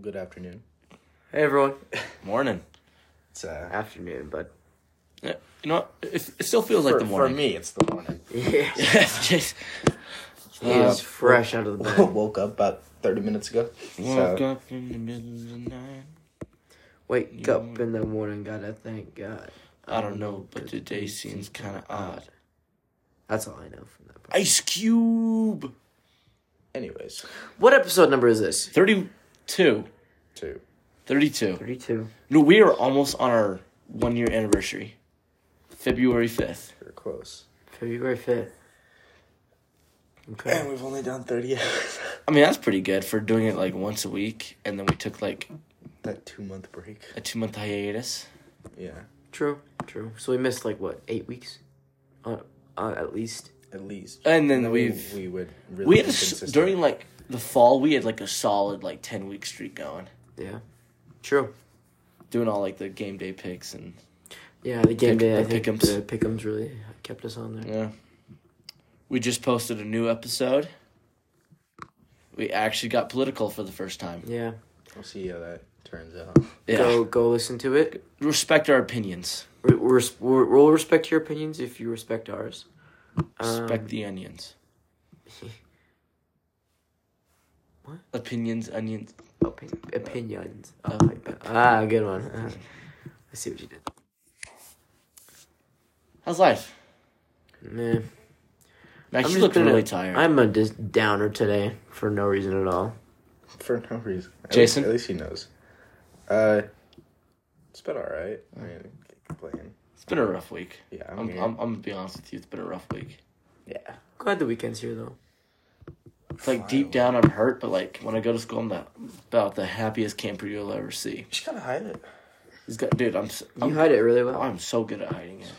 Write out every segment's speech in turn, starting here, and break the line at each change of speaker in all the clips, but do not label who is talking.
Good afternoon.
Hey everyone.
Morning.
It's uh,
Afternoon, bud.
Yeah, you know what? It, it still feels like
for,
the
for
morning.
me, it's the morning.
Yeah.
Yeah, it's just-
He is fresh out of the bed.
Woke up about thirty minutes ago.
woke
So,
up in the middle of the night.
Wake up in the morning, gotta thank God.
I don't know, but today seems kind of odd.
That's all I know from that part.
Ice Cube.
anyways,
What episode number is this?
32.
two.
32.
32.
No, we are almost on our one year anniversary. February 5th.
We're close.
February 5th.
And
Okay.
we've only done thirty hours.
I mean, that's pretty good for doing it like once a week. And then we took like
that two month break.
a two month hiatus.
Yeah,
True. True. So we missed like what, eight weeks? Uh, uh, at least.
at least.
And then
we
we've-
we would really
We had
be
a s
consistent.
during like the fall, we had like a solid like 10 week streak going.
Yeah. True.
Doing all like the game day picks and
Yeah, the game
Pick-
day, I
the
think
pick'ems.
the pick'ems really kept us on there.
Yeah. We just posted a new episode. We actually got political for the first time.
Yeah.
We'll see how that turns out.
Yeah.
Go go listen to it.
Respect our opinions.
We're, we're, we're, we'll respect your opinions if you respect ours. Um,
Respect the onions.
What?
Opinions, onions.
Opi- opinions.
Uh,
Oh my God. Ah, good one. Uh, I see what you did.
How's life?
Man,
Max, you
just
look
been
really
a-
tired.
I'm a dis- downer today for no reason at all.
For no reason. At
Jason?
least, at least he knows. Uh, it's been all right. I mean, can't complain.
It's been a rough week.
Yeah, I'm,
Mm. I'm, I'm,
here.
I'm gonna be honest with you. It's been a rough week.
yeah.
Glad the weekend's here though.
It's like deep down, I'm hurt, but like when I go to school, I'm the, about the happiest camper you'll ever see.
Just gotta hide it.
He's got, dude. I'm, s-
You
I'm,
hide it really well.
I'm so good at hiding it.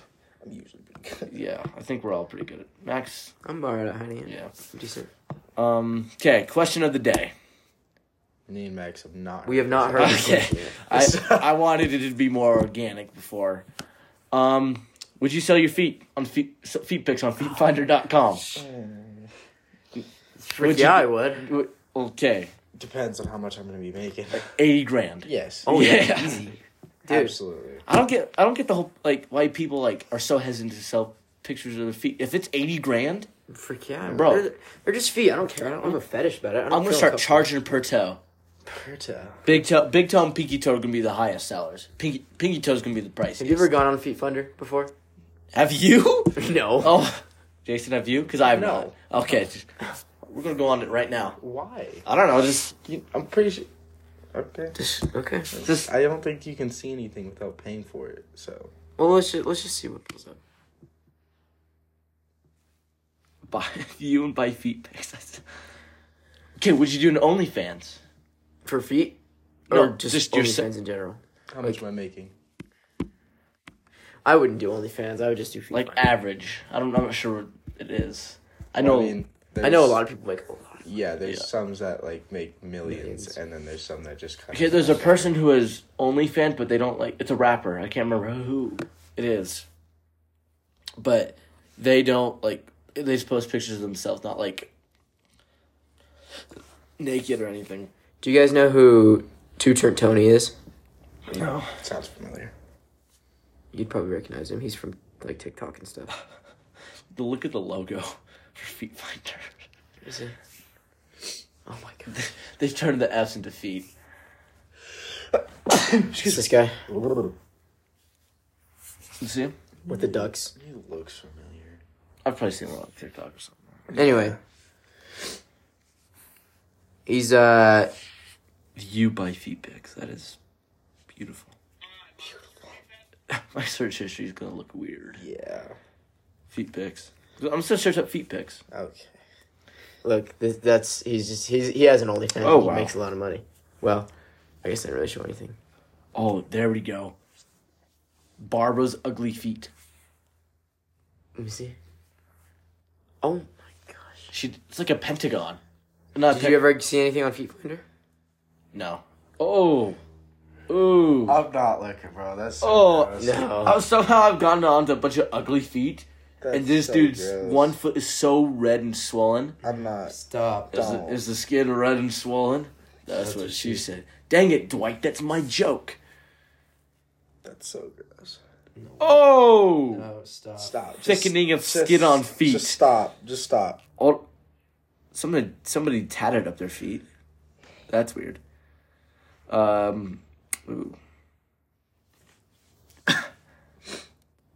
I'm usually pretty good.
Yeah, I think we're all pretty good at Max.
I'm alright at hiding it.
Yeah.
I'm Decent.
Um. Okay. Question of the day.
Me and Max have not.
We have not heard this
Okay.
question yet.
I I wanted it to be more organic before. Um. Would you sell your feet on feet s- feet pics on feetfinder.com?
Frick
Would you-
yeah, I would.
W- Okay,
Depends on how much I'm gonna be making.
eighty grand.
yes.
Oh yeah,
Yeah.
easy. Dude,
absolutely.
I don't get I don't get the whole like why people like are so hesitant to sell pictures of their feet. If it's eighty grand,
frick yeah,
Bro.
They're, they're just feet. I don't care. I don't have a fetish about it. I don't
I'm gonna
feel
start
uncomfortable.
charging per toe.
Perta.
Big toe, big toe, and pinky toe are gonna be the highest sellers. Pinky pinky toe is gonna be the priciest.
Have you ever gone on Feet Funder before?
Have you?
no.
Oh, Jason, have you? Because I have
No.
not. Okay, we're gonna go on it right now.
Why?
I don't know. Just
You, I'm pretty sure. Okay.
Just okay.
just
I don't think you can see anything without paying for it. So
Well, let's just let's just see what pulls up.
buy you and buy feet pics. Okay, would you do an OnlyFans?
For feet?
No,
Or just,
just your
OnlyFans
se-
in general?
how much am I making?
I wouldn't do OnlyFans. I would just do feet.
Like
I,
average? I don't. I'm not sure what it is. I know.
there's-
know a lot of people make a lot. Of
Yeah, there's
Yeah.
some that like make millions,
Millions.
and then there's some that just kind
okay, there's a person who is OnlyFans, but they don't like. It's a rapper. I can't remember who it is. But they don't like. They just post pictures of themselves, not like naked or anything.
do you guys know who Two Turnt Tony is?
No.
sounds familiar.
You'd probably recognize him. He's from like TikTok and stuff.
The look at the logo for Feet Finder.
Is he? Oh my god.
They've turned the F's into feet.
Excuse this guy
You see him?
with the ducks.
He looks familiar.
I've probably seen him on TikTok or something.
Anyway. He's uh
You buy feet pics. That is beautiful. My search history is gonna look weird.
Yeah.
Feet pics. I'm just gonna search up feet pics.
Okay.
look, th- that's he's just he's he has an OnlyFans.
Oh,
he
wow.
makes a lot of money. Well, I guess I didn't really show anything.
Oh, there we go. Barbara's ugly feet.
Let me see. Oh my gosh.
She it's like a pentagon. Not a
Did
pec-
you ever see anything on Feet Finder?
No. Oh. Ooh.
I'm not looking, bro. That's so
Oh,
gross.
No.
Oh, somehow I've gotten onto a bunch of ugly feet, and
That's
this
so
dude's
gross.
one foot is so red and swollen.
I'm not.
Stop.
Is the,
Don't.
is the skin red and swollen? That's, what, she said. Dang it, Dwight, that's my joke.
That's so gross.
Oh!
Oh, stop.
Stop. Just-
Thickening of
just-
skin on feet.
Just stop. Just stop.
All, Oh, somebody somebody tatted up their feet. That's weird. Um, ooh.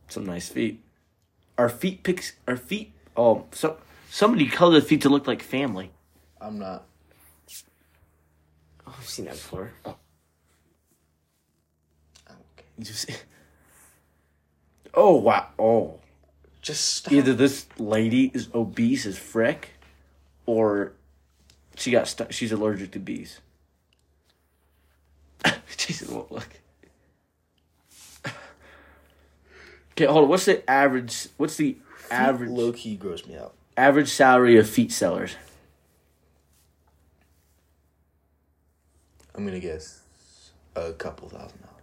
Some nice feet. Our feet picks. Our feet. Oh, so somebody colored feet to look like family.
I'm not.
Oh, I've seen that before.
Okay.
You see- Oh wow! Oh,
Just stop.
either this lady is obese as frick, or she got stuck. She's allergic to bees. Jason won't look. okay, hold on. What's the average? What's the average
Low key gross me out.
average salary of feet sellers?
I'm gonna guess a couple thousand dollars.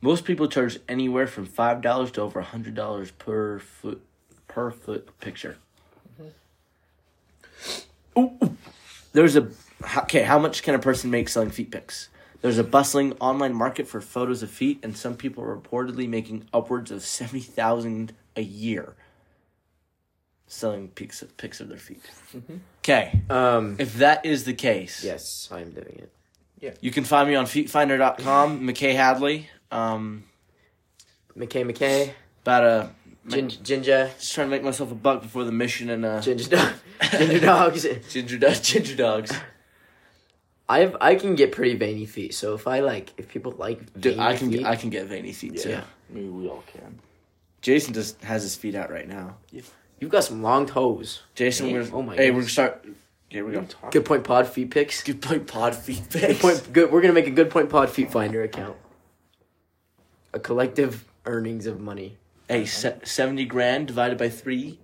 Most people charge anywhere from five dollars to over hundred dollars per foot per foot picture. Ooh, ooh. There's a okay. How much can a person make selling feet pics? There's a bustling online market for photos of feet, and some people are reportedly making upwards of seventy thousand a year selling pics of, pics of their feet. Okay,
Um,
if that is the case,
yes, I'm doing it.
you can find me on feetfinder.com, McKay Hadley. Um,
McKay McKay,
about a
Gin- Ginger,
Just trying to make myself a buck before the mission and uh,
Ginger Dog, Ginger Dogs.
ginger do- ginger dogs.
I've I can get pretty veiny feet, so if I like, if people like,
Dude, I
veiny
can
feet,
I can get veiny feet too.
Yeah.
Maybe we all can.
Jason just has his feet out right now.
You've got some long toes.
Jason,
Hey,
we're
oh my
hey,
goodness.
we're gonna start. Here we go.
Good point. Pod feet picks.
Good point, pod feet.
Good point. Good. We're gonna make a good point. Pod feet finder account. A collective earnings of money.
Hey, se- seventy grand divided by three.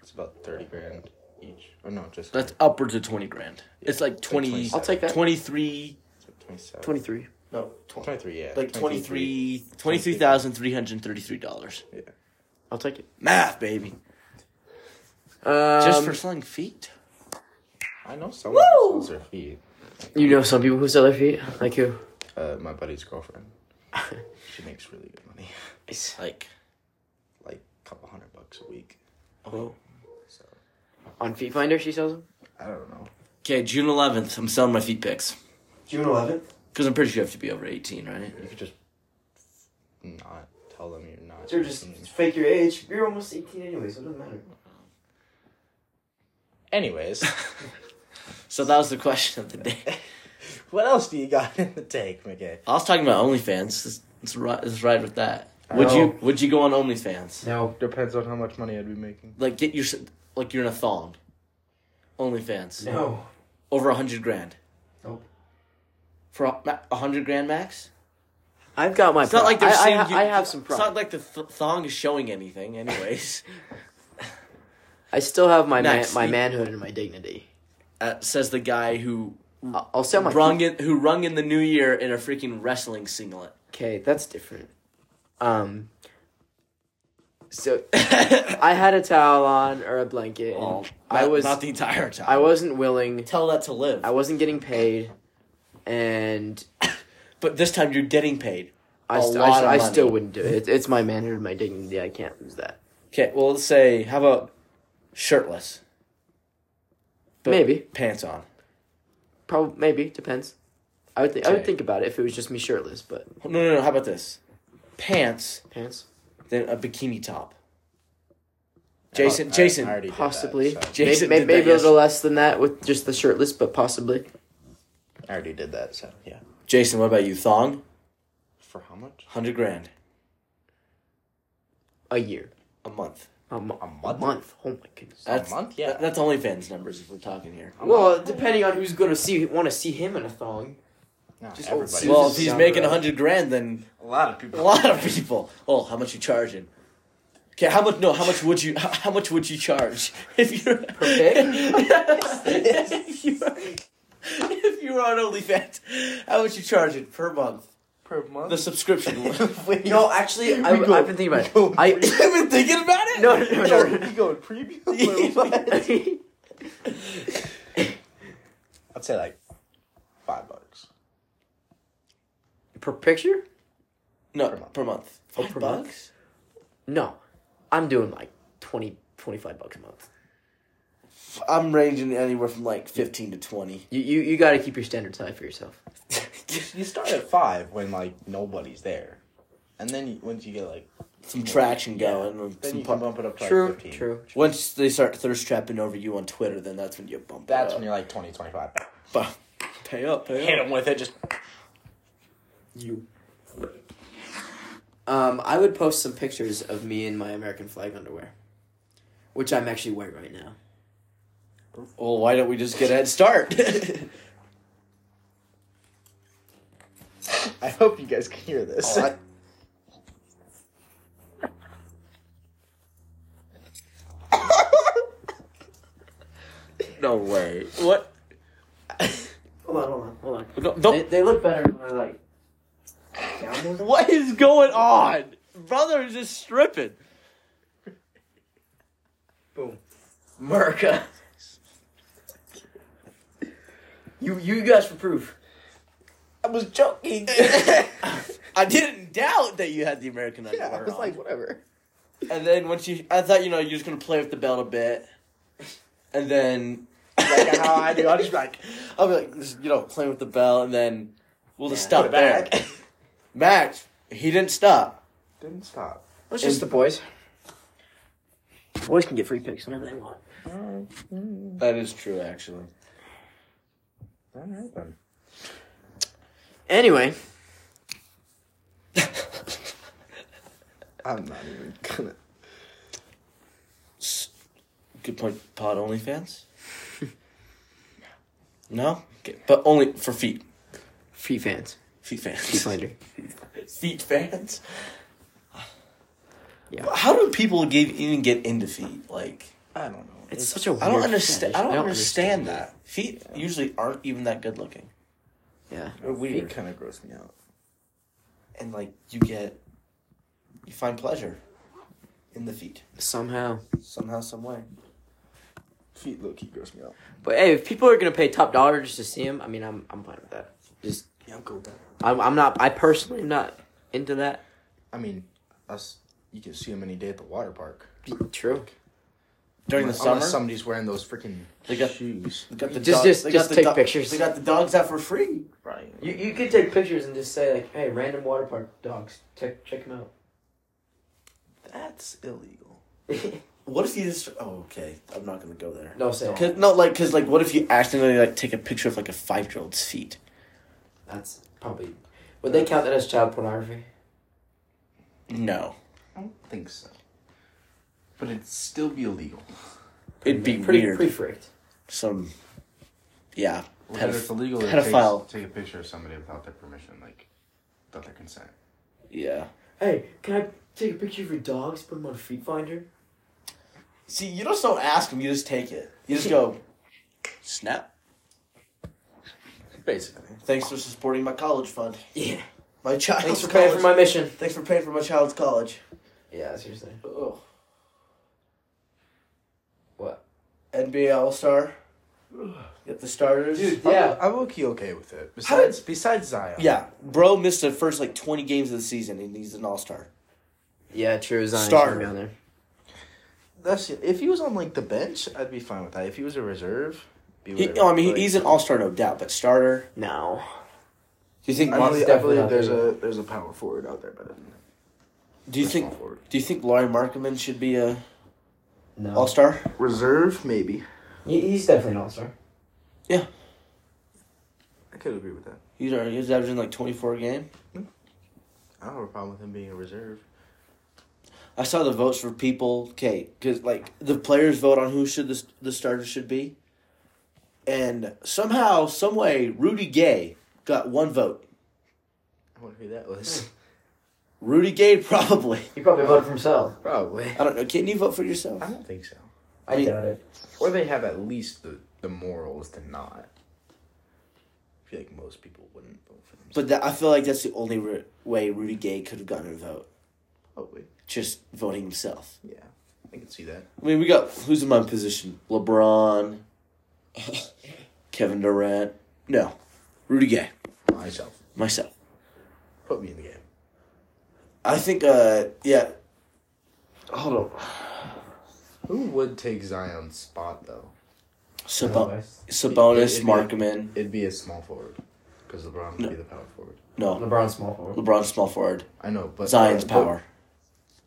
It's about thirty grand each. Oh no, just
That's upwards of twenty grand. It's like twenty.
27. I'll
take that.
Twenty three.
twenty-seven.
Twenty three.
No,
Twenty-three. Yeah.
like 23 23,333 dollars.
Yeah.
I'll take it.
Math, baby.
Um,
Just for selling feet.
I know someone who sells their feet.
you know some people who sell their feet, like who?
Uh, my buddy's girlfriend. she makes really good money,
Like,
like a couple hundred bucks a week.
oh.
So
On Feet Finder, she sells them.
I don't know.
Okay, June 11th, I'm selling my feet pics.
June 11th.
Because I'm pretty sure you have to be over 18, right?
You could just not tell them you're not.
Sure,
doing
just
something.
fake your age. You're almost 18 anyway, so it doesn't matter.
Anyways,
So that was the question of the day.
what else do you got in the tank, McKay?
I was talking about OnlyFans. Let's, let's, ri- let's ride with that. Would you Would you go on OnlyFans?
Now depends on how much money I'd be making.
Like get your like you're in a thong. OnlyFans
No.
over a hundred grand.
Nope.
For a ma- a hundred grand max.
I've got my.
It's not like they're
I,
saying
I,
you,
I have some
It's not
pride.
like the th- thong is showing anything, anyways.
I still have my man,
Next.
my manhood and my dignity.
uh, says the guy who
I'll I'll sell Oh my.
rung in who rung in the new year in a freaking wrestling singlet.
Okay, that's different. Um. So, I had a towel on or a blanket. and
Well,
Oh, I
Oh, not-
was
not the entire time.
I wasn't willing.
tell that to live.
I wasn't getting paid, and
But this time you're getting paid.
I,
A
st-
lot
I, st-
of
I
money.
still wouldn't do it. It's, it's my manhood, and my dignity. I can't lose that.
Okay, well, let's say, how about shirtless? But
Maybe.
Pants on.
Probably, maybe depends. I would think. I would
Okay.
think about it if it was just me shirtless, but
No, no, no, how about this? Pants,
pants.
then a bikini top. Jason, Jason.
Oh, I already did that,
Possibly.
so-
Jason
maybe
did
maybe
that,
a
yes.
little less than that with just the shirtless, but possibly.
I already did that, so yeah.
Jason, what about you? Thong?
For how much?
100 grand
a year,
a month.
a, mo-
A month?
a month. Oh my goodness.
That's,
month? Yeah.
that- that's OnlyFans numbers if we're talking here.
Well, depending on who's gonna see, want to see him in a thong.
No,
Just-
everybody.
Well,
Well,
this
if
is
he's
down
making
the road.
100 grand, then
a lot of
a
people.
lot of people. Oh, how much you charging? Okay, how much? No, how much would you? How, how much would you charge if you're if you if you were on OnlyFans, how much you charging per month?
per
The
month.
subscription. one.
No, actually, I,
We go-
I've been thinking about
we go-
it. I
You've been thinking about it.
no no no. no.
going preview?
I
I'd say like five bucks.
Per picture?
No,
Per
per
month.
month.
Oh, per month? No. I'm doing like 20, 25 bucks a month.
F- I'm ranging anywhere from like fifteen to twenty.
You you, you got to keep your standards high for yourself.
You, you start at five when like nobody's there, and then you, once you get like
Some traction
Yeah.
going. and
then
some
you
pu-
can bump it up to
true,
like fifteen.
true.
Once they start thirst trapping over you on Twitter, then that's when you bump.
That's
it
when you're
up.
like 20, 25.
Bu- pay up, pay
Hit
up.
them with it. Just
You. Um, I would post some pictures of me in my American flag underwear, which I'm actually wearing right now.
Well, why don't we just get a head start?
I hope you guys can hear this.
I- no way. What?
Hold on, hold on, hold on.
No,
They,
don't-
they look better when they're like.
what is going on? Brother is just stripping.
America. You you guys for proof.
I was joking.
I didn't doubt that you had the American
yeah,
underwear.
I was
on.
like, whatever.
and then once you, I thought you know you're just gonna play with the belt a bit, and then
Like how I do. I'll just be like,
I'll be like, just, you know, playing with the bell, and then we'll just
Yeah.
put it
stop there.
back.
Max, he didn't stop.
Didn't stop.
It's
just
the boys. Boys can get free picks whenever they want.
That is true, actually.
All right then.
Anyway,
I'm not even gonna.
S- Good point. Pod OnlyFans. no, okay. but only for feet.
free fans,
Feet
free
fans.
finder.
feet fans.
Yeah.
How do people give, even get into feet? Like,
I don't know.
It's such a weird
I don't understand.
fetish.
I don't, understand, that. Feet usually aren't even that good looking.
Yeah.
They're
weird.
kind of gross me out.
and like you get you find pleasure in the feet
Somehow.
somehow some way
Feet low key gross me out.
But hey, if people are gonna pay top dollar just to see him, I mean, I'm I'm fine with that. Just
yeah i'm cool with that
I'm I'm not. I personally am not into that.
I mean, us. You can see them any day at the water park.
True.
during the
Unless
summer
somebody's wearing those freaking
They got-
shoes.
they got the
Just-
dog-
just-
they
just
got the
take
dog-
pictures.
they got the dogs out for free
Right.
You you could take pictures and just say like, hey, random water park dogs, check check them out.
that's illegal what if you just oh okay i'm not gonna go there
no, say
Cause, no like because like what if you accidentally like take a picture of like a five year old's feet
that's probably. Would they count that as child pornography?
no
I don't think so. But it'd still be illegal.
it'd be
pretty
weird
pretty freaked.
some yeah
Whether it's
pedoph-
illegal to
pedophile.
take, take a picture of somebody without their permission, like without their consent.
yeah
Hey, can I take a picture of your dogs? Put them on Feet Finder.
see you just don't ask them you just take it you just go snap
Basically.
thanks for supporting my college fund
Yeah.
My child.
Thanks for paying for my mission.
Thanks for paying for my child's college.
Yeah, seriously.
Ugh.
What?
NBA All Star. Get the starters.
Oh,
Yeah.
I'm okay, okay with it. Besides, besides Zion.
Yeah, bro missed the first like twenty games of the season, and he's an All Star.
Yeah, true. Zion
Starter.
down there.
that's if he was on like the bench, I'd be fine with that. If he was a reserve, be
He,
whatever.
no, I mean
Like,
he, he's an All Star, no doubt, but starter.
No.
Do you think?
I
Mark's
believe, I
definitely
believe
not
there's
there.
a there's a power forward out there better than him.
Do you
Or
think?
small forward.
Do you think Laurie Markman should be a
No.
All Star?
reserve? Maybe
He, he's definitely an all star.
I could agree with that.
He's already he's averaging like twenty four a game.
I don't have a problem with him being a reserve.
I saw the votes for people. Okay, because like the players vote on who should the the starter should be, and somehow, some way, Rudy Gay got one vote.
I wonder who that was.
Rudy Gay probably.
He probably voted for himself.
Probably.
I don't know. Can you vote for yourself?
I don't think so.
I
mean-
doubt it.
Or they have at least the, the morals to not. I feel like most people wouldn't vote for them.
But that, I feel like that's the only ru- way Rudy Gay could have gotten a vote,
Probably.
just voting himself.
Yeah. I can see that.
I mean, we got who's in my position? LeBron, Kevin Durant. No, Rudy Gay.
Myself.
Myself.
Put me in the game.
I think. Uh, yeah. Hold on.
Who would take Zion's spot though?
Sabo-
It'd
Sabonis,
be-
Markman.
It'd be a small forward, because LeBron would
No.
be the power forward.
No,
LeBron small forward.
LeBron small forward.
I know, but
Zion's
but-
power.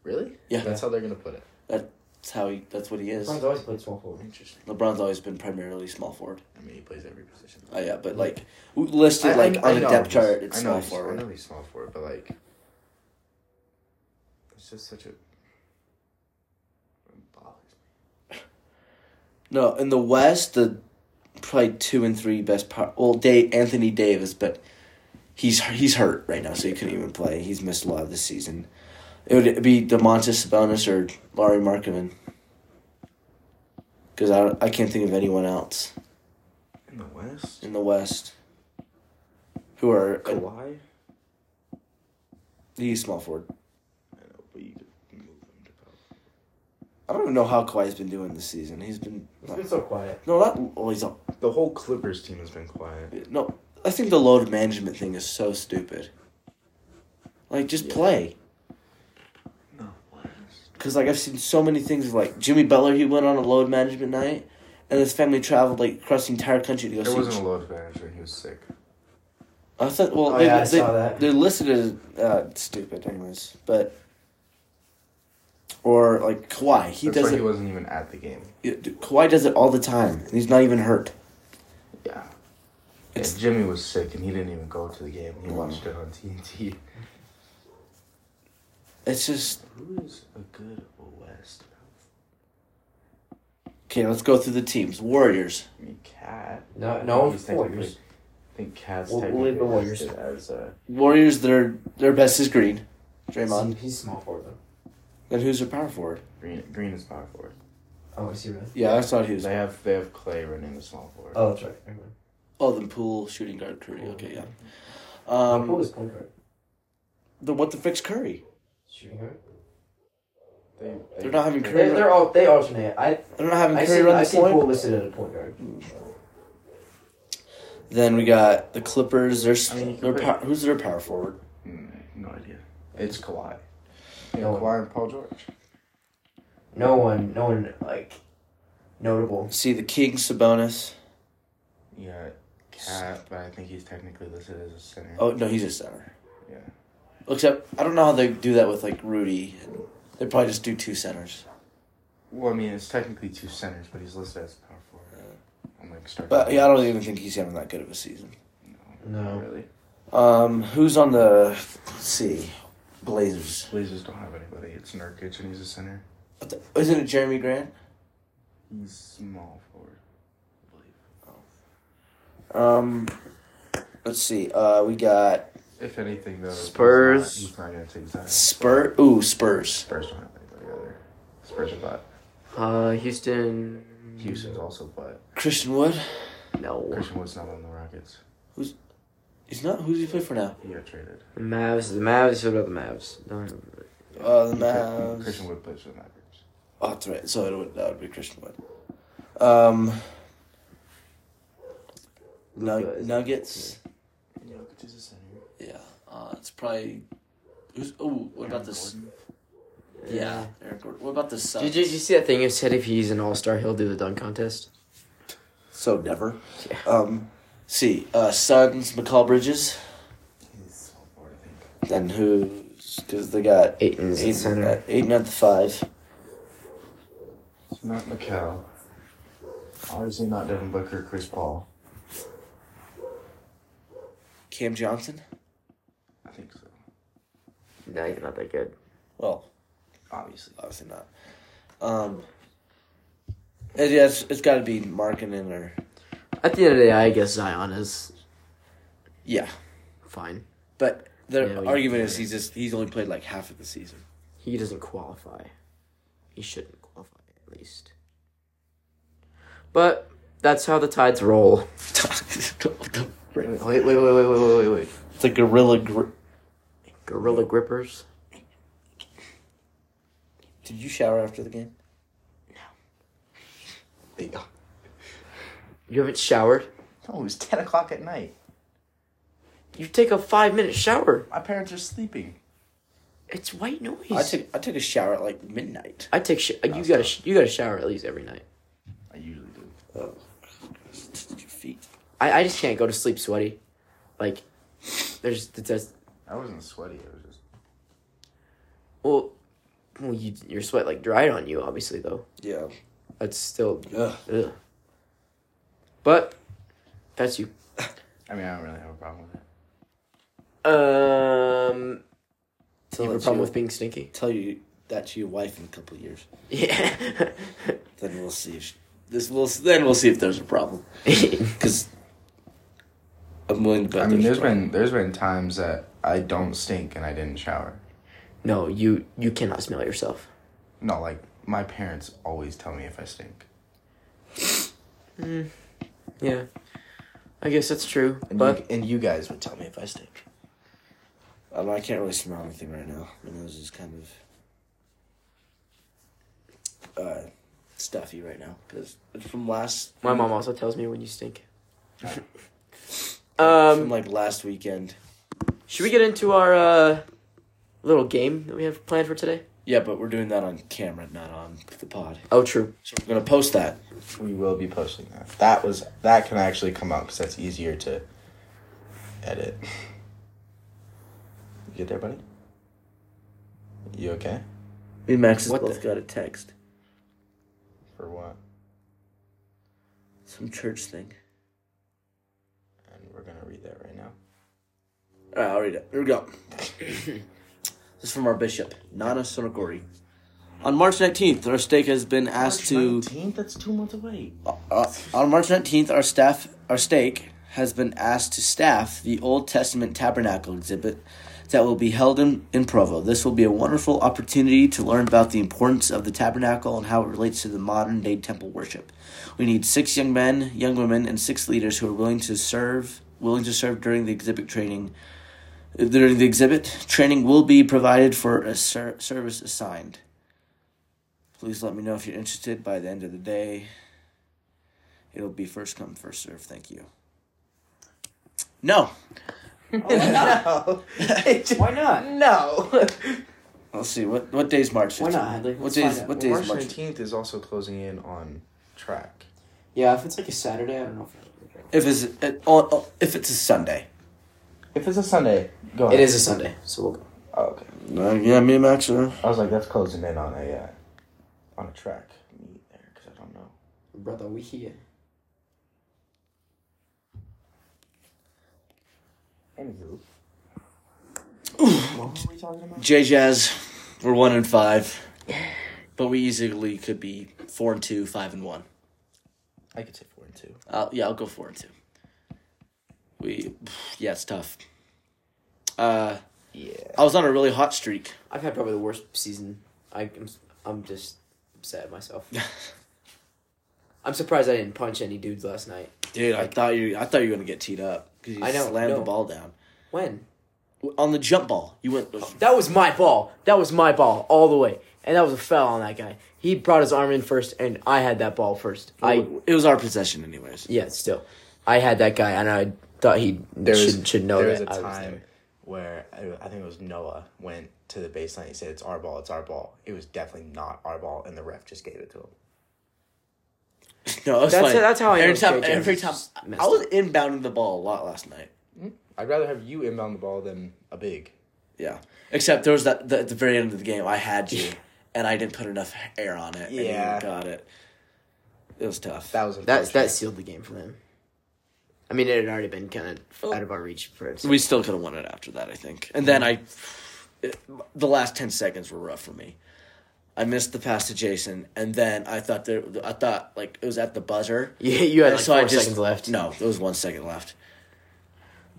Really?
Yeah.
That's how they're gonna put it.
That's how he. That's what he is.
LeBron's always played small forward.
Interesting.
LeBron's always been primarily small forward.
I mean, he plays every position.
Uh, yeah, but like w- listed like on the
know
depth
he's-
chart, it's
I know
small
he's- I know
forward.
he's small forward, but like, it's just such a. it bothers me.
No, in the West, the probably two and three best power. Well, Dave, Anthony Davis, but he's he's hurt right now, so he couldn't even play. He's missed a lot of this season. It would be Demontis Sabonis or Larry Markman. Because I, don't- I can't think of anyone else
In the West,
in the West who are uh,
Kawhi.
he's small forward.
I know, but you could move him to power.
I don't even know how Kawhi's been doing this season. He's been
It's been so quiet.
no, not well. He's not
The whole Clippers team has been quiet.
No, I think the load management thing is so stupid. Like, just
Yeah.
play.
No West.
Because, like, I've seen so many things. Like, Jimmy Butler, he went on a load management night, and his family traveled, like, across the entire country to go
There
see.
wasn't a load manager. He was sick.
I thought, well,
Oh,
they,
yeah, I
they,
saw that.
they're listed as uh, stupid, anyways. But. Or, like, Kawhi. He
That's
does
why he
it.
wasn't even at the game.
yeah, dude, Kawhi does it all the time, and he's not even hurt.
Yeah.
It's-
and Jimmy was sick and he didn't even go to the game. He
Mm.
watched it on TNT.
It's just.
Who is a good West?
Okay, let's go through the teams. Warriors.
I mean, Cat.
No, no
He's
one's
technically-
Warriors.
I think Cat's
We'll- we'll
technically
leave the Warriors.
listed as uh,
Warriors, their, their best is Green. Draymond.
He's, he's small forward though.
Then who's their power forward?
green. Green is power forward.
Oh, is he really?
Yeah, I thought he was.
They have they have Clay running the small forward.
Oh, that's right. Never mind.
Oh, then Poole, shooting guard, Curry. Okay, yeah.
Um, Who
Um,
was point guard?
then what the fix Curry?
Shooting guard.
They,
They're not having Curry.
They, they're all they alternate. I
They're not having
I
Curry
see
run
I
the
see Poole
point.
listed at a point guard.
Then we got the Clippers. Their, s-
I mean, you
their
could
power, who's their power forward?
Mm, no idea. It's Kawhi. Yeah,
No one.
Kawhi and Paul George.
No one, no one like notable.
See the Kings, Sabonis.
Yeah, Cat. But I think he's technically listed as a center.
Oh no, he's a center.
Yeah.
Except I don't know how they do that with like Rudy. They probably just do two centers.
Well, I mean, it's technically two centers, but he's listed as a power forward. I'm like starting.
But yeah, I don't even think he's having that good of a season.
No,
No.
not really.
Um, who's on the? Let's see, Blazers.
Blazers don't have anybody. It's Nurkic, and he's a center.
What the- Isn't it Jeremy Grant?
He's small forward, I believe.
Um, let's see. Uh, we got
If anything, though, he's
Spurs.
not- He's not, gonna take Zion.
Spur. Ooh, Spurs.
Spurs don't have anybody either. Spurs are bot.
Uh, Houston.
Houston's also bot.
Christian Wood.
No.
Christian Wood's not on the Rockets.
He's not. Who's he play for now?
He got traded.
The Mavs. The Mavs. What about the Mavs? No.
Uh, the
He played-
Mavs.
Christian Wood plays for the Mavericks.
Oh, that's right. So it would, that would be Christian Wood. Um, Nug-
Luka.
Nuggets.
Jokic is a center.
Yeah. Uh, it's probably. Who's? Oh, what about this? Yeah, Eric Gordon. What about the Suns?
Did you, did you see that thing? It said if he's an all star, he'll do the dunk contest.
So never.
Yeah.
Um, see, uh, Suns, McCall Bridges.
He's small forward, I think.
Then who's? Because they got
Aiton's the
Aiden
center.
at, Aiden at the five.
It's not Mikal. Obviously not Devin Booker, Chris Paul.
Cam Johnson.
I think so.
No, he's not that good.
Well,
Obviously.
obviously not. Um, and yeah, it's, it's got to be marketing or
At the end of the day, I guess Zion is
yeah.
fine.
But their
Yeah, we-
argument is he's just he's only played like half of the season.
He doesn't qualify. He shouldn't qualify, at least. But that's how the tides roll.
Wait, wait, wait, wait, wait, wait, wait, wait, wait.
it's a gorilla. Gri-
Gorilla grippers.
Did you shower after the game?
There you go. uh,
You haven't showered?
No, it was 10 o'clock at night.
You take a five minute shower.
My parents are sleeping.
It's white noise.
I took I took a shower at like midnight.
I take sh- you got to sh- you got to shower at least every night.
I usually do.
Your feet.
I, I just can't go to sleep sweaty. Like there's the test.
I wasn't sweaty. I was just.
Well, well, you your sweat like dried on you obviously though.
Yeah.
That's still
Ugh.
ugh. But that's you.
I mean, I don't really have a problem with it.
Um,
Tell
you have a
that
problem
to-
with being stinky?
Tell you that to your wife in a couple of years.
Yeah.
Then we'll see. If she, this will then we'll see if there's a problem. Because I'm willing to bet.
I mean,
there's
there's
a problem.
been there's been times that I don't stink and I didn't shower.
no, you you cannot smell yourself.
No, like my parents always tell me if I stink.
Yeah, I guess that's true.
And
but
you, and you guys would tell me if I stink.
Um, I can't really smell anything right now. My nose is kind of uh, stuffy right now because from last
my mom also tells me when you stink.
from
um,
like last weekend.
should we get into our uh, little game that we have planned for today?
Yeah, but we're doing that on camera, not on the pod.
Oh, true.
So we're gonna post that.
We will be posting that. That was that can actually come out because that's easier to edit. You get there, buddy? You okay?
Me and Max has
What
both
the-
got a text.
For what?
Some church thing.
And we're gonna read that right now.
All right, I'll read it. Here we go. this is from our bishop, Nana Sonogori. On March 19th, our stake has been asked to.
That's two months away.
Uh, on March 19th, our staff, our stake, has been asked to staff the Old Testament Tabernacle exhibit that will be held in, in Provo. This will be a wonderful opportunity to learn about the importance of the tabernacle and how it relates to the modern day temple worship. We need six young men, young women, and six leaders who are willing to serve, willing to serve during the exhibit training. During the exhibit, training will be provided for a ser- service assigned. Please let me know if you're interested by the end of the day. It'll be first come, first serve. Thank you. No.
Oh.
Why not?
No.
Let's see. What what day's March?
Why
15th?
not? Hadley?
What
Let's
day
find
is
out.
what day
March
is March?
nineteenth is also closing in on track.
Yeah, if it's like a Saturday, I don't know.
If it's it, oh, oh, if it's a Sunday.
If it's a Sunday, go.
If it is a Sunday, so we'll go.
Oh, okay.
No, Uh, yeah, me and Max. Are,
I was like, that's closing in on a uh, on a track meet there because I don't know.
Brother, we here.
Anywho. What were we talking about?
J Jazz, we're one and five, but we easily could be four and two, five and one.
I could say four and two.
Uh, yeah, I'll go four and two. We, yeah, it's tough. Uh,
Yeah.
I was on a really hot streak.
I've had probably the worst season. I, am I'm just upset at myself. I'm surprised I didn't punch any dudes last night.
Dude, I thought you, I thought you were gonna get teed up because you
I know,
slammed
no.
the ball down
When?
on the jump ball. You went.
Oh.
That was my ball. That was my ball all the way. And that was a foul on that guy. He brought his arm in first, and I had that ball first. I
it was our possession, anyways.
yeah, still, I had that guy, and I thought he should should know
there
that
was a
I was
time
there.
where I, I think it was Noah went to the baseline. He said, "It's our ball. It's our ball." It was definitely not our ball, and the ref just gave it to him.
No, it was
That's-
funny.
that's how I know
every
it's
time.
great games.
Every time
Just messed
I was inbounding the ball a lot last night.
I'd rather have you inbound the ball than a big.
Yeah, except there was that the, at the very end of the game. I had you, and I didn't put enough air on it. and you
Yeah.
got it. It was tough.
That was
That that
unfortunate.
sealed the game for them. I mean, it had already been kind of out of our reach for us.
we still could have won it after that, I think. And then I, it- the last ten seconds were rough for me. I missed the pass to Jason, and then I thought there. I thought like it was at the buzzer.
Yeah, you had
And
like four seconds left.
No, there was one second left.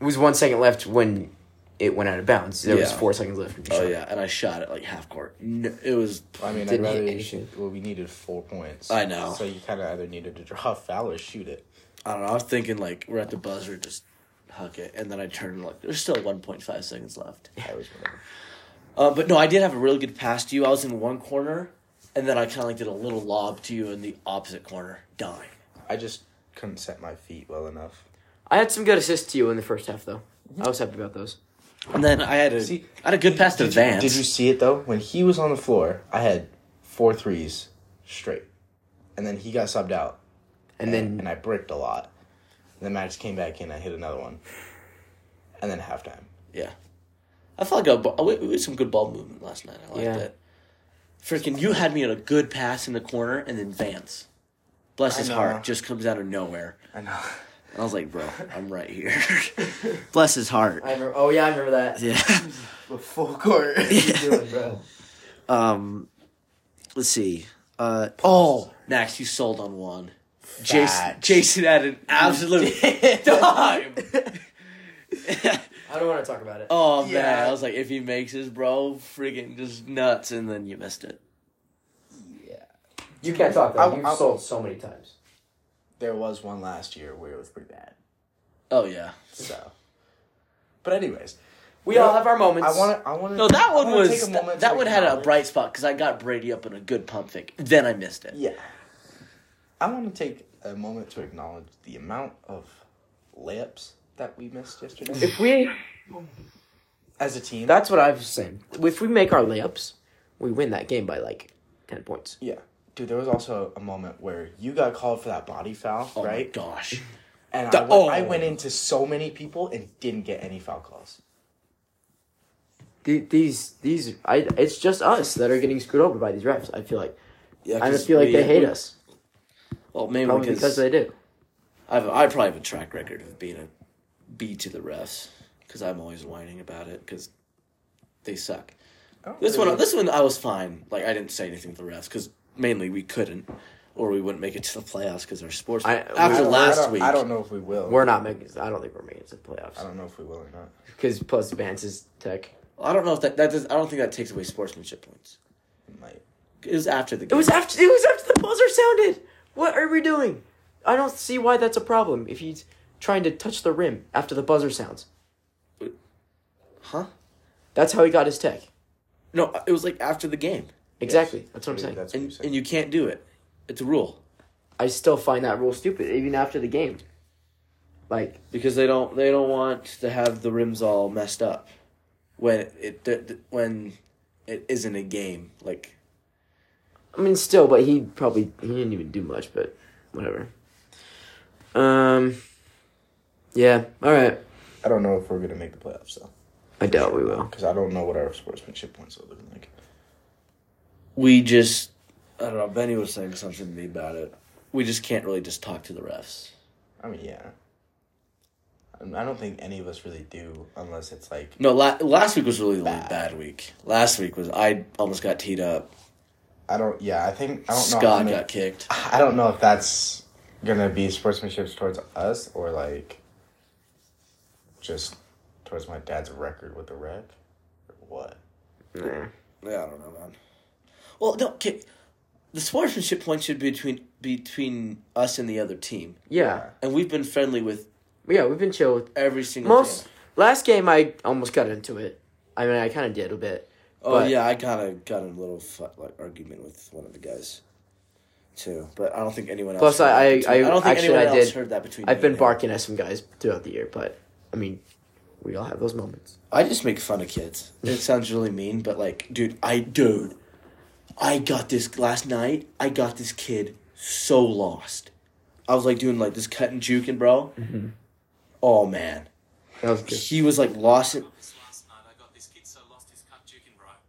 It was one second left when it went out of bounds. There was
Yeah.
four seconds left. When you
Oh
shot.
yeah, and I shot it like half court. N- It was
I mean, I'd
Didn't hit
rather.
anything.
Well, we needed four points.
I know.
So you kind of either needed to draw a foul or shoot it.
I don't know. I was thinking like we're at the buzzer, just huck it, and then I turned like there's still 1.5 seconds left.
I was whatever.
Uh, but no, I did have a really good pass to you. I was in one corner, and then I kind of like did a little lob to you in the opposite corner, dying.
I just couldn't set my feet well enough.
I had some good assists to you in the first half, though. I was happy about those.
And then I had a I
See,
had a good pass to
did you-
Vance.
Did you see it though? When he was on the floor, I had four threes straight, and then he got subbed out,
And
and,
then
I bricked a lot. And then I just came back in, I hit another one, and then halftime.
Yeah. I felt like a ball, we, we had some good ball movement last night. I liked
Yeah.
it. Freaking, you had me on a good pass in the corner, and then Vance, bless
I
his
know.
heart, just comes out of nowhere.
I know.
And I was like, bro, I'm right here. bless his heart.
I remember. Oh yeah, I remember that.
Yeah.
The full court.
What you doing, bro?
Um, let's see. Uh, oh, Max, you sold on one. Jason,
Facts.
Jason had an absolute time.
I don't want to talk about it.
oh man,
Yeah.
I was like, if he makes his bro, friggin' just nuts, and then you missed it.
You can't talk
I'll-
though. You've
I'll-
sold so many times.
there was one last year where it was pretty bad.
Oh yeah.
So, but anyways,
we all have our moments.
I want to. I want to.
No, that one was that, that one had a bright spot because I got Brady up in a good pump fake. Then I missed it.
Yeah. I want to take a moment to acknowledge the amount of layups that we missed yesterday
if we
as a team.
that's what I was saying. If we make our layups, we win that game by like ten points.
yeah. Dude, there was also a moment where you got called for that body foul,
Oh
right?
my gosh.
And I,
The-
went, I
oh.
went into so many people and didn't get any foul calls.
The- These these I it's just us that are getting screwed over by these refs. I feel like
Yeah,
I just uh, feel like they hate us.
Well, maybe
Probably
because,
because they do.
I've, I probably have a track record of being a B to the refs because I'm always whining about it because they suck. This one, this one, I was fine. Like I didn't say anything to the refs because mainly we couldn't, or we wouldn't make it to the playoffs because our sports.
I-
I
after
don't- I
last
don't-
week,
I don't know if we will.
We're not making. I don't think we're making it to the
I
playoffs
don't know if we will or not.
because plus Vance is tech.
I don't know if that that does. I don't think that takes away sportsmanship points.
We might.
It was after the game.
It was after. It was after the buzzer sounded. What are we doing? I don't see why that's a problem if he's trying to touch the rim after the buzzer sounds.
huh?
That's how he got his tech.
No, it was like after the game.
Exactly. That's what
Maybe
I'm saying.
That's what you
and,
said.
and you can't do it. It's a rule
I still find that rule stupid, even after the game. Like
because they don't they don't want to have the rims all messed up when it th- th- when it isn't a game. Like
I mean, still, but he probably he didn't even do much, but whatever. Um. Yeah. All right.
I don't know if we're going to make the playoffs, though.
I doubt we will.
Because I don't know what our sportsmanship points are looking like.
we just I don't know. Benny was saying something to me about it. We just can't really just talk to the refs.
I mean, yeah. I mean, I don't think any of us really do, unless it's like
No, la- last week was really the only bad week. Last week was I almost got teed up.
I don't. Yeah, I think I don't know. how
Scott
many-
got kicked.
I don't know if that's gonna be sportsmanship towards us or like just towards my dad's record with the rec. or What?
Nah.
Yeah, I don't know, man. Well, no, okay. The sportsmanship point should be between between us and the other team,
Yeah.
and we've been friendly with
Yeah. We've been chill with
every single
Most
team.
last game, I almost got into it. I mean, I kind of did a bit.
Oh
but-
yeah, I kind of got in a little fu- like argument with one of the guys, too. But I don't think anyone else.
Plus,
heard
I-
that
I-
between-
I-
don't think
actually,
anyone
I
else
did.
heard that between.
I've
me
been
and him.
barking at some guys throughout the year, but I mean, we all have those moments.
I just make fun of kids. It sounds really mean, but like, dude, I dude, I got this last night. I got this kid so lost. I was like doing like this cut and juking, bro.
Mm-hmm.
Oh man,
That was good.
he was like lost. In,
this last night. I got this kid so lost his cut juking right.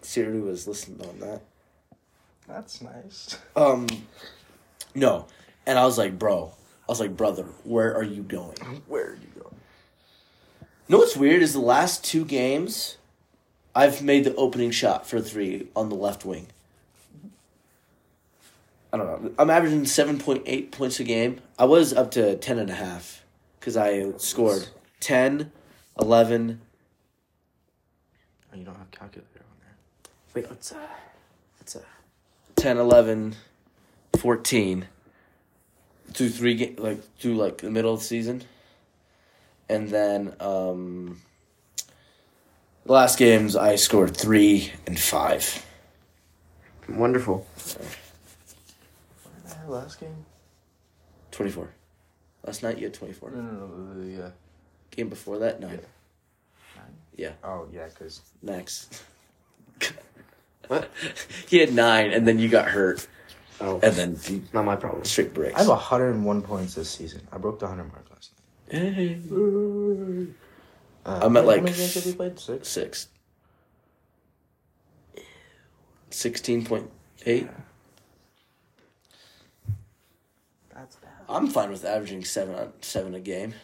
Siri was listening on that.
That's nice.
Um, no, and I was like, bro, I was like, brother, where are you going?
Where do you go?
know what's weird is the last two games, I've made the opening shot for three on the left wing. I don't know. I'm averaging seven point eight points a game. I was up to ten and a half because I scored 10, 11.
Oh, you don't have calculator on there.
Wait, what's uh, what's uh,
10 11 14 through three ga- like through like the middle of the season and then um the last games i scored three and five
wonderful.
Wasn't that our last game?
Twenty four. Last night you had twenty four.
No, no, no, no, yeah.
Game before that nine. Yeah,
Oh, yeah, because
Max.
What?
he had nine, and then you got hurt,
Oh,
and then you
not my problem.
straight bricks.
I have 101 points this season. I broke the 100 mark last night.
Hey,
Uh,
I'm at,
how many-
like,
How many games have we played? Six?
six. Sixteen point eight.
That's bad.
I'm fine with averaging seven on seven a game.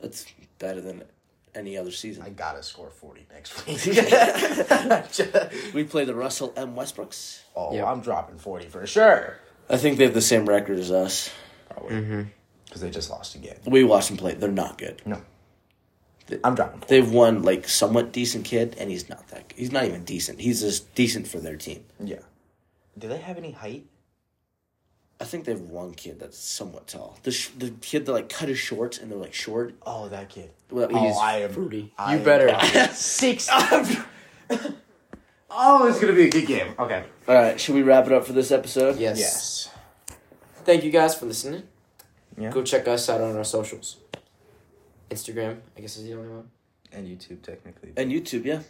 That's better than any other
I
season.
gotta score 40 next week.
We play the Russell M. Westbrooks.
oh,
Yeah.
I'm dropping 40 for sure.
I think they have the same record as us.
Probably. Because they just lost again.
We watch them play. They're not good.
No. I'm dropping 40.
They've won like somewhat decent kid, and he's not that. He's not even decent. He's just decent for their team.
Yeah. Do they have any height?
I think they have one kid that's somewhat tall. The sh- the kid that like cut his shorts and they're like short.
Oh, that kid.
Well,
oh, I am.
fruity.
I
You
am-
better.
six.
Oh, it's gonna be a good game. Okay.
All right, should we wrap it up for this episode?
yes.
Yes.
Thank you guys for listening.
Yeah.
Go check us out on our socials. Instagram, I guess is the only one.
And YouTube, technically.
And YouTube, yeah.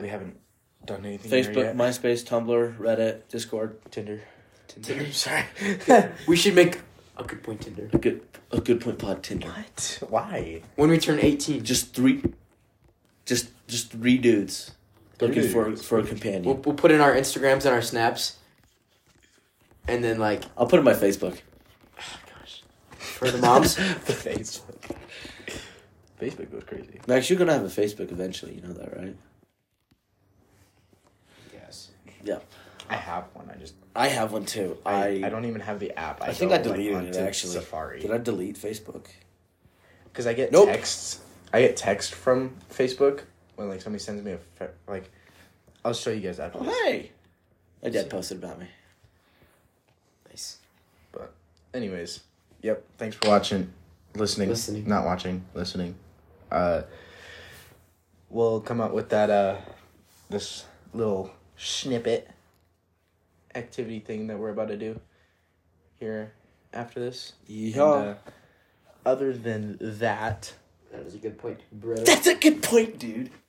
We haven't done anything there
Facebook,
yet.
MySpace, Tumblr, Reddit, Discord, Tinder.
Tinder, sorry.
We should make a good point Tinder.
A good, a good point pod Tinder.
what? Why?
When we turn 18,
Just three, just just three dudes
Three
looking for
dudes.
for a companion.
we'll, we'll put in our Instagrams and our snaps. And then, like,
I'll put it in my Facebook.
for the moms.
Facebook. Facebook goes crazy.
Max, you're gonna have a Facebook eventually. You know that, right?
yes.
Yeah.
I have one. I just
I have one too.
I, I don't even have the app.
I think
go,
I deleted
like,
it
onto
actually. Did
Safari
I delete Facebook?
because I get
Nope.
texts. I get text from Facebook when like somebody sends me a fe- like. I'll show you guys after this.
Oh, hey, my dad posted about me.
Nice.
But anyways, yep. Thanks for watching, listening,
Listening.
not watching, listening. Uh, we'll come up with that uh, this little snippet activity thing that we're about to do here after this. And,
Yeah.
uh, other than that.
That was a good point, bro.
That's a good point, dude.